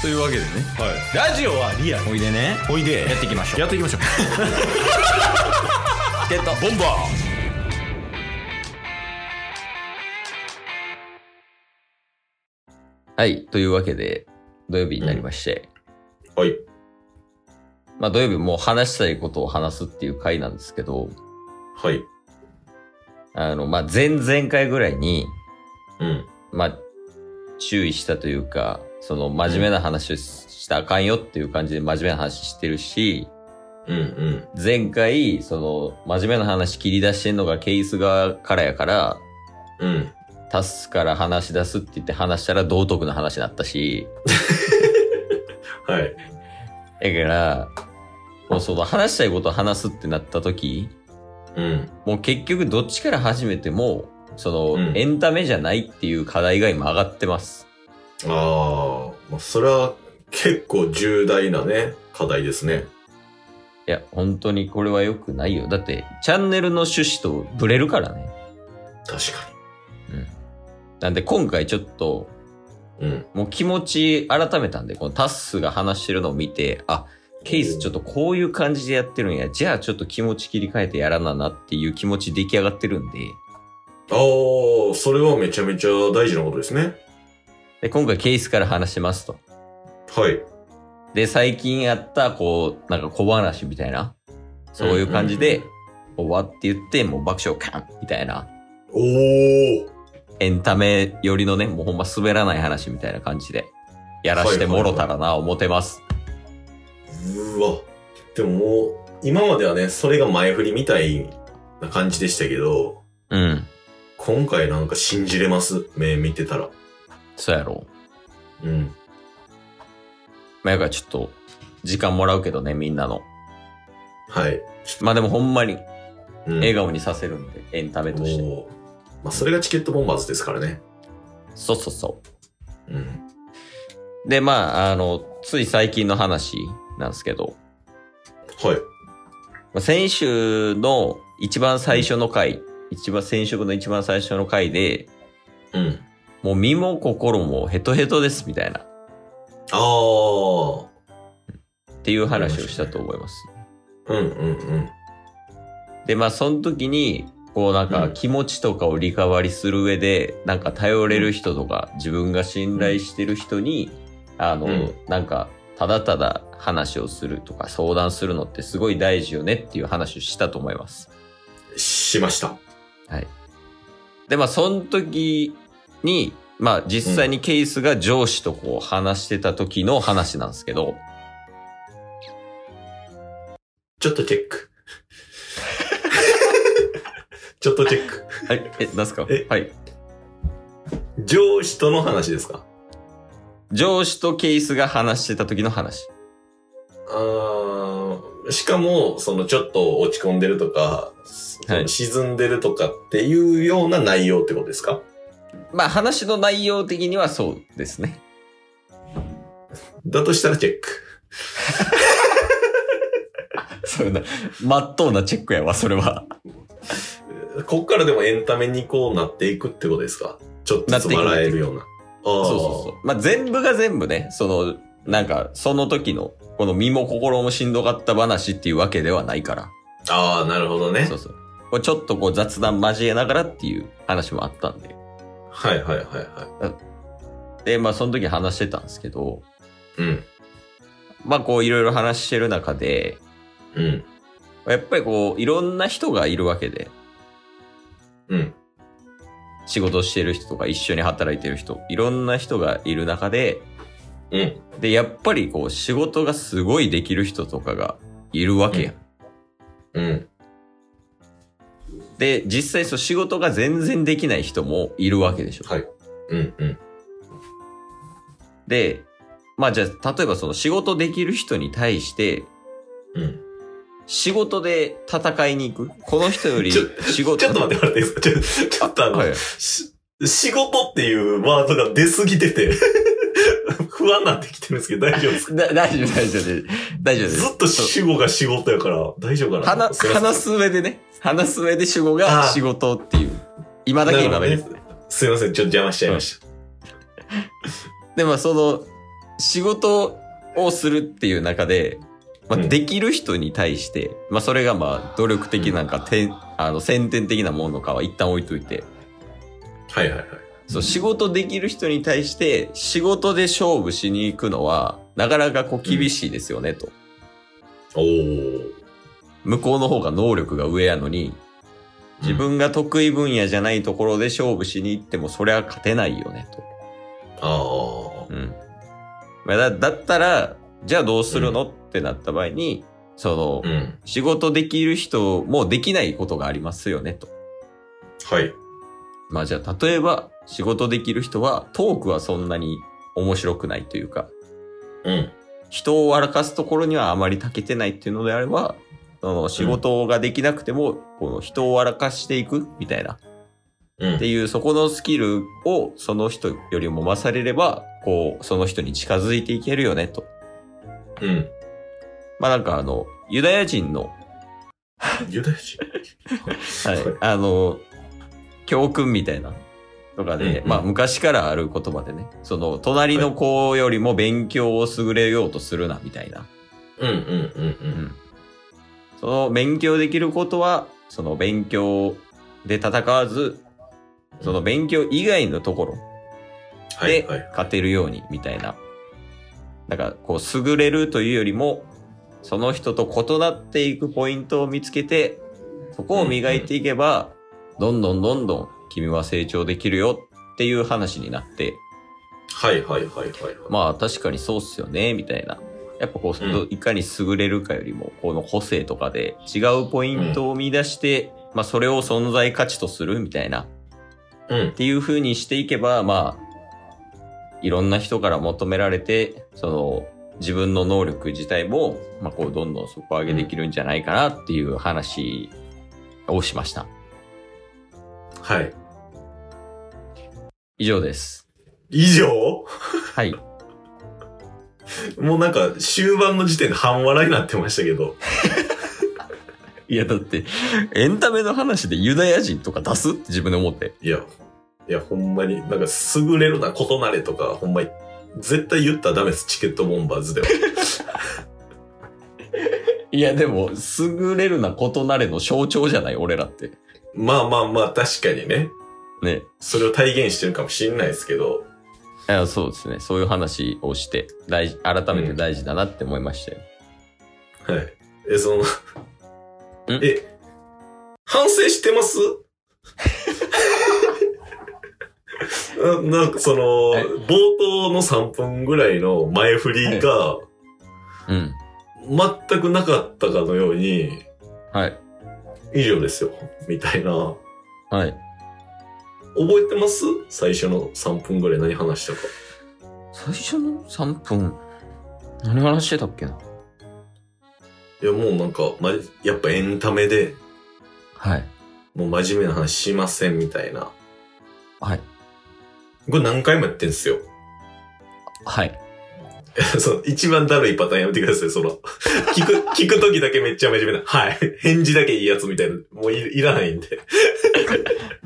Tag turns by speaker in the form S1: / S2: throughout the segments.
S1: というわけでね
S2: はい、ラジオはリアル
S1: おいでね
S2: おいで
S1: やっていきましょう
S2: やっていきましょ う
S1: ってた
S2: ボンバ
S1: はいというわけで土曜日になりまして、
S2: ーはい
S1: まあ土曜日もう話したいことを話すっていう回なんですけど
S2: はい
S1: あのまあ前々回ぐらいに
S2: うん
S1: まあ注意したというかその真面目な話をしたらあかんよっていう感じで真面目な話してるし
S2: うんうん
S1: 前回その真面目な話切り出してんのがケース側からやから
S2: うん
S1: タスから話し出すって言って話したら道徳の話になったし
S2: はい
S1: だから、もうその話したいことを話すってなった時、
S2: うん
S1: もう結局どっちから始めても、その、
S2: うん
S1: エンタメじゃないっていう課題が今上がってます。
S2: ああ、まあ、それは結構重大なね、課題ですね。
S1: いや、本当にこれは良くないよ。だって、チャンネルの趣旨とブレるからね。
S2: 確
S1: うん。なんで今回ちょっと、
S2: かに。うん。
S1: もう気持ち改めたんで、このタッスが話してるのを見て、あ、ケースちょっとこういう感じでやってるんや。じゃあちょっと気持ち切り替えてやらななっていう気持ち出来上がってるんで、
S2: ああ、それはめちゃめちゃ大事なことですね。
S1: で今回ケースから話しますと。
S2: はい。
S1: で、最近あった、こう、なんか小話みたいな、そういう感じで、終わって言って、もう爆笑カンみたいな、
S2: おお、
S1: エンタメ寄りのね、もうほんま滑らない話みたいな感じで、やらしてもろたらな、思ってます。
S2: うわ。でももう、今まではね、それが前振りみたいな感じでしたけど、
S1: うん。
S2: 今回なんか信じれます。目見てたら。
S1: そうやろ
S2: うん。
S1: まあ、やからちょっと、時間もらうけどね、みんなの。
S2: はい。
S1: まあでもほんまに、
S2: うん、
S1: 笑顔にさせるんで、エンタメとして。
S2: おーまあ、それがチケットボンバーズですからね。
S1: そうそうそ
S2: うん。
S1: う。で、まあ、あの、つい最近の話なんですけど、
S2: はい。
S1: まあ先週の一番最初の回、一番、先週の一番最初の回で、
S2: うん。
S1: もう身も心もヘトヘトですみたいな、
S2: ああ。
S1: っていう話をしたと思います。
S2: うんうんうん。
S1: で、まあその時に、こうなんか
S2: うん
S1: 気持ちとかをリカバリする上で、なんか頼れる人とか、自分が信頼してる人に、あの、
S2: うん
S1: なんか、ただただ話をするとか相談するのってすごい大事よねっていう話をしたと思います。
S2: しました。
S1: で、まあ、その時に、まあ、実際にケースが上司とこう話してた時の話なんですけ ど、
S2: ちょっとチェック。 ちょっとチェック。
S1: はい、え、何すか
S2: え
S1: はい。
S2: 上司との話ですか
S1: 上司とケースが話してた時の話。
S2: あーしかも、そのちょっと落ち込んでるとか、そ
S1: は
S2: の
S1: い
S2: 沈んでるとかっていうような内容ってことですか
S1: まあ、話の内容的にはそうですね。
S2: だとしたらチェック。
S1: そうな、まっとうなチェックやわ、それは。
S2: こっからでもエンタメにこうなっていくってことですかちょっとつまらえるような。あ
S1: そ
S2: ー
S1: うそうそう。まあ、全部が全部ね、その、なんか、その時の、この身も心もしんどかった話っていうわけではないから。
S2: あー、なるほどね
S1: そ。うそう。これちょっとこう雑談交えながらっていう話もあったんで。
S2: はいはいはいは
S1: で、まあその時話してたんですけど、
S2: い。うん。
S1: まあこういろいろ話してる中で、
S2: うん。
S1: やっぱりこういろんな人がいるわけで、
S2: うん。
S1: 仕事してる人とか一緒に働いてる人、いろんな人がいる中で、
S2: うん。
S1: で、やっぱりこう仕事がすごいできる人とかがいるわけやん。
S2: うん。
S1: で、実際そう仕事が全然できない人もいるわけでしょ。
S2: はい。うん。うん。
S1: で、まあじゃあ例えばその仕事できる人に対して、
S2: うん。
S1: 仕事で戦いに行く。この人より
S2: ちょ
S1: 仕事。
S2: ちょっと待ってもらっていいですかちょちょっとあの、
S1: はい
S2: し仕事っていうワードが出すぎて て、不安になってきてるんですけど大丈夫ですか
S1: だ大丈夫、大丈夫です。大丈夫です。
S2: ずっと主語が仕事やから、大丈夫かな
S1: 話す、話
S2: す
S1: す上でね。話す上で主語が
S2: あー
S1: 仕事っていう。今だ
S2: だ
S1: け
S2: け
S1: 今
S2: 今
S1: だけ。
S2: ね。すいません、ちょっと邪魔しちゃいまし
S1: で、まあその、仕事をするっていう中で、まあ、
S2: うん
S1: できる人に対して、まあ、それがまあ努力的なんか、てんあの先天的なものかは一旦置いといて
S2: はいはいはい。
S1: そう仕事できる人に対して仕事で勝負しに行くのはなかなかこう厳しいですよね、と
S2: おー。
S1: 向こうの方が能力が上やのに自分が得意分野じゃないところで勝負しに行ってもそれは勝てないよねと。
S2: あ
S1: うん。まあだだったら、じゃあどうするの、ってなった場合に、そ
S2: あ。う
S1: の、
S2: ん。
S1: 仕事できる人もできないことがありますよねと。
S2: はい。
S1: まあじゃあ例えば仕事できる人はトークはそんなに面白くないというか、
S2: うん。
S1: 人を笑かすところにはあまり長けてないっていうのであれば、その仕事ができなくても、この人を笑かしていくみたいな
S2: う
S1: って
S2: ん。
S1: いうそこのスキルをその人よりも勝れればこうその人に近づいていけるよねと
S2: うん。
S1: まあなんかあのユダヤ人の、
S2: ユダヤ人。
S1: はい
S2: はい、
S1: あの教訓みたいなとかで、
S2: うんうん
S1: まあ昔からある言葉でねその隣の子よりも勉強を優れようとするなみたいな、
S2: うんうんうん
S1: その勉強できることはその勉強で戦わず
S2: うん。
S1: その勉強以外のところ
S2: はい
S1: で
S2: はい。
S1: 勝てるようにみたいな。だからこう優れるというよりもその人と異なっていくポイントを見つけてそこを磨いていけばどんどんどんどん君は成長できるよっていう話になって
S2: はいはいはいはい。あ、
S1: まあ確かにそうっすよねみたいな。やっぱこう、
S2: うん
S1: いかに優れるかよりもこの個性とかで違うポイントを見出して、まあそれを存在価値とするみたいな
S2: うん
S1: っ。ていう風にしていけば、まあ、いろんな人から求められて、その、自分の能力自体も、まあ、こう、どんどん底上げできるんじゃないかなっていう話をしました。
S2: はい。
S1: 以上です。
S2: 以上
S1: はい。
S2: もうなんか終盤の時点で半笑いになってましたけど。
S1: いや、だって、エンタメの話でユダヤ人とか出すって自分で思って。
S2: いや、いやほんまに、なんか優れるな、異なれとか、ほんまに、絶対言ったらダメです、チケットボンバー ズでは。
S1: いや、でも、優れるな異なれの象徴じゃない、俺らって。
S2: まあまあまあ、確かにね。
S1: ね。
S2: それを体現してるかもしんないですけど。
S1: いやそうですね。そういう話をして、大事、改めて大事だなって思いましたよ。
S2: はい。え、その、え、反省してます ななんかその
S1: はい、
S2: 冒頭の3分ぐらいの前振りが
S1: うん。
S2: 全くなかったかのように、
S1: はい。
S2: 以上ですよ、みたいな。
S1: はい。
S2: 覚えてます最初の3分ぐらい何話したか。
S1: 最初の3分何話してたっけない
S2: や、もうなんか、ま、やっぱエンタメで、
S1: はい
S2: もう真面目な話しませんみたいな。
S1: はい
S2: これ何回もやってんすよ。
S1: はい
S2: その一番だるいパターンやめてください、その。 聞く、聞くときだけめっちゃ真面目な。はい。返事だけいいやつみたいな。もういいらないんで。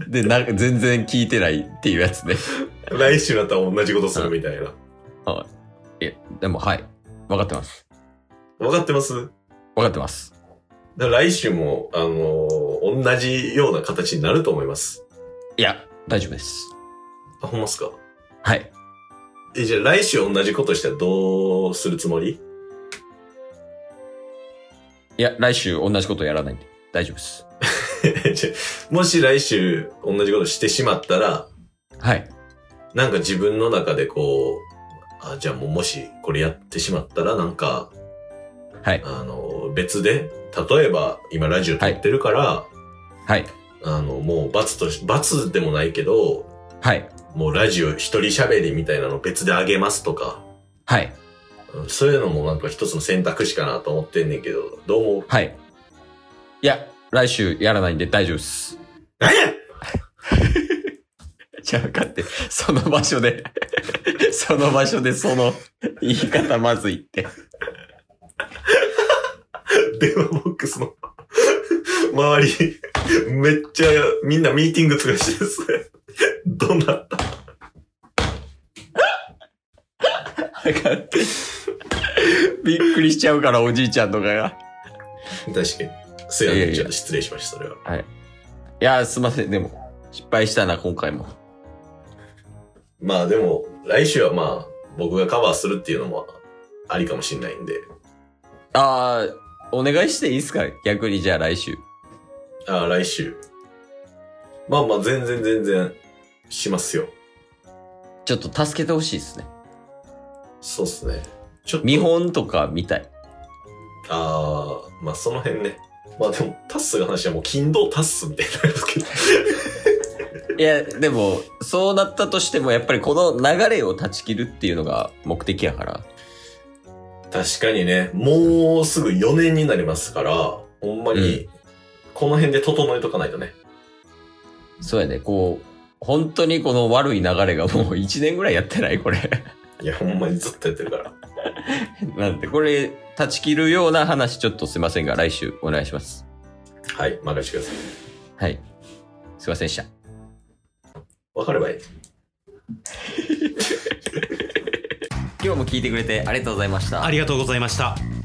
S1: でな全然聞いてないっていうやつね
S2: 来週になったら同じことするみたいな。
S1: いやでもはい分かってます
S2: 分かってます
S1: 分かってます
S2: だから来週も、あのー同じような形になると思います。
S1: いや大丈夫です
S2: あ、ほんまっすか
S1: はい
S2: え、じゃあ来週同じことしたらどうするつもり
S1: いや来週同じことやらないんで大丈夫です
S2: もし来週同じことしてしまったら、
S1: はい
S2: なんか自分の中でこう、あ、じゃあもうもしこれやってしまったらなんか、
S1: はい
S2: あの、別で、例えば今ラジオ撮ってるから、
S1: はい
S2: あの、もう罰とし、罰でもないけど、
S1: はい
S2: もうラジオ一人喋りみたいなの別であげますとか、
S1: はい
S2: うんそういうのもなんか一つの選択肢かなと思ってんねんけど、どう思う
S1: はいいや来週やらないんで大丈夫です
S2: 何や
S1: じゃあ分かってその場所で その場所でその言い方まずいって
S2: 電話ボックスの周り、めっちゃみんなミーティングとかして るっすね。どうなった
S1: だから びっくりしちゃうから、おじいちゃんとかが。
S2: 確かに。すや
S1: いや
S2: ね
S1: いや
S2: ちょっと失礼しました、それは。
S1: いやー、すいません。でも、失敗したな、今回も。
S2: まあでも、来週はまあ、僕がカバーするっていうのもありかもしれないんで。
S1: あー、お願いしていいですか逆に、じゃあ来週。
S2: ああ、来週。まあまあ、全然全然、しますよ。
S1: ちょっと助けてほしいですね。
S2: そうっすね。ちょっと。
S1: 見本とか見たい。
S2: ああ、まあその辺ね。まあでも、タッスが話はもう、金土タッスみたいになるんで すけど。
S1: いや、でも、そうなったとしても、やっぱりこの流れを断ち切るっていうのが目的やから。
S2: 確かにね、もうすぐ4年になりますから、ほんまに、この辺で整えとかないとね。
S1: そうやね、こう、本当にこの悪い流れがもう1年ぐ らいやってないこれ。
S2: いや、ほんまにずっとやってるから。
S1: なんで、これ、断ち切るような話、ちょっとすいませんが、来週お願いします。
S2: はい、任せてください。
S1: はい。すいませんでした。
S2: わかればいい。
S1: 今日も聞いてくれてありがとうございました
S3: あ。りがとうございました。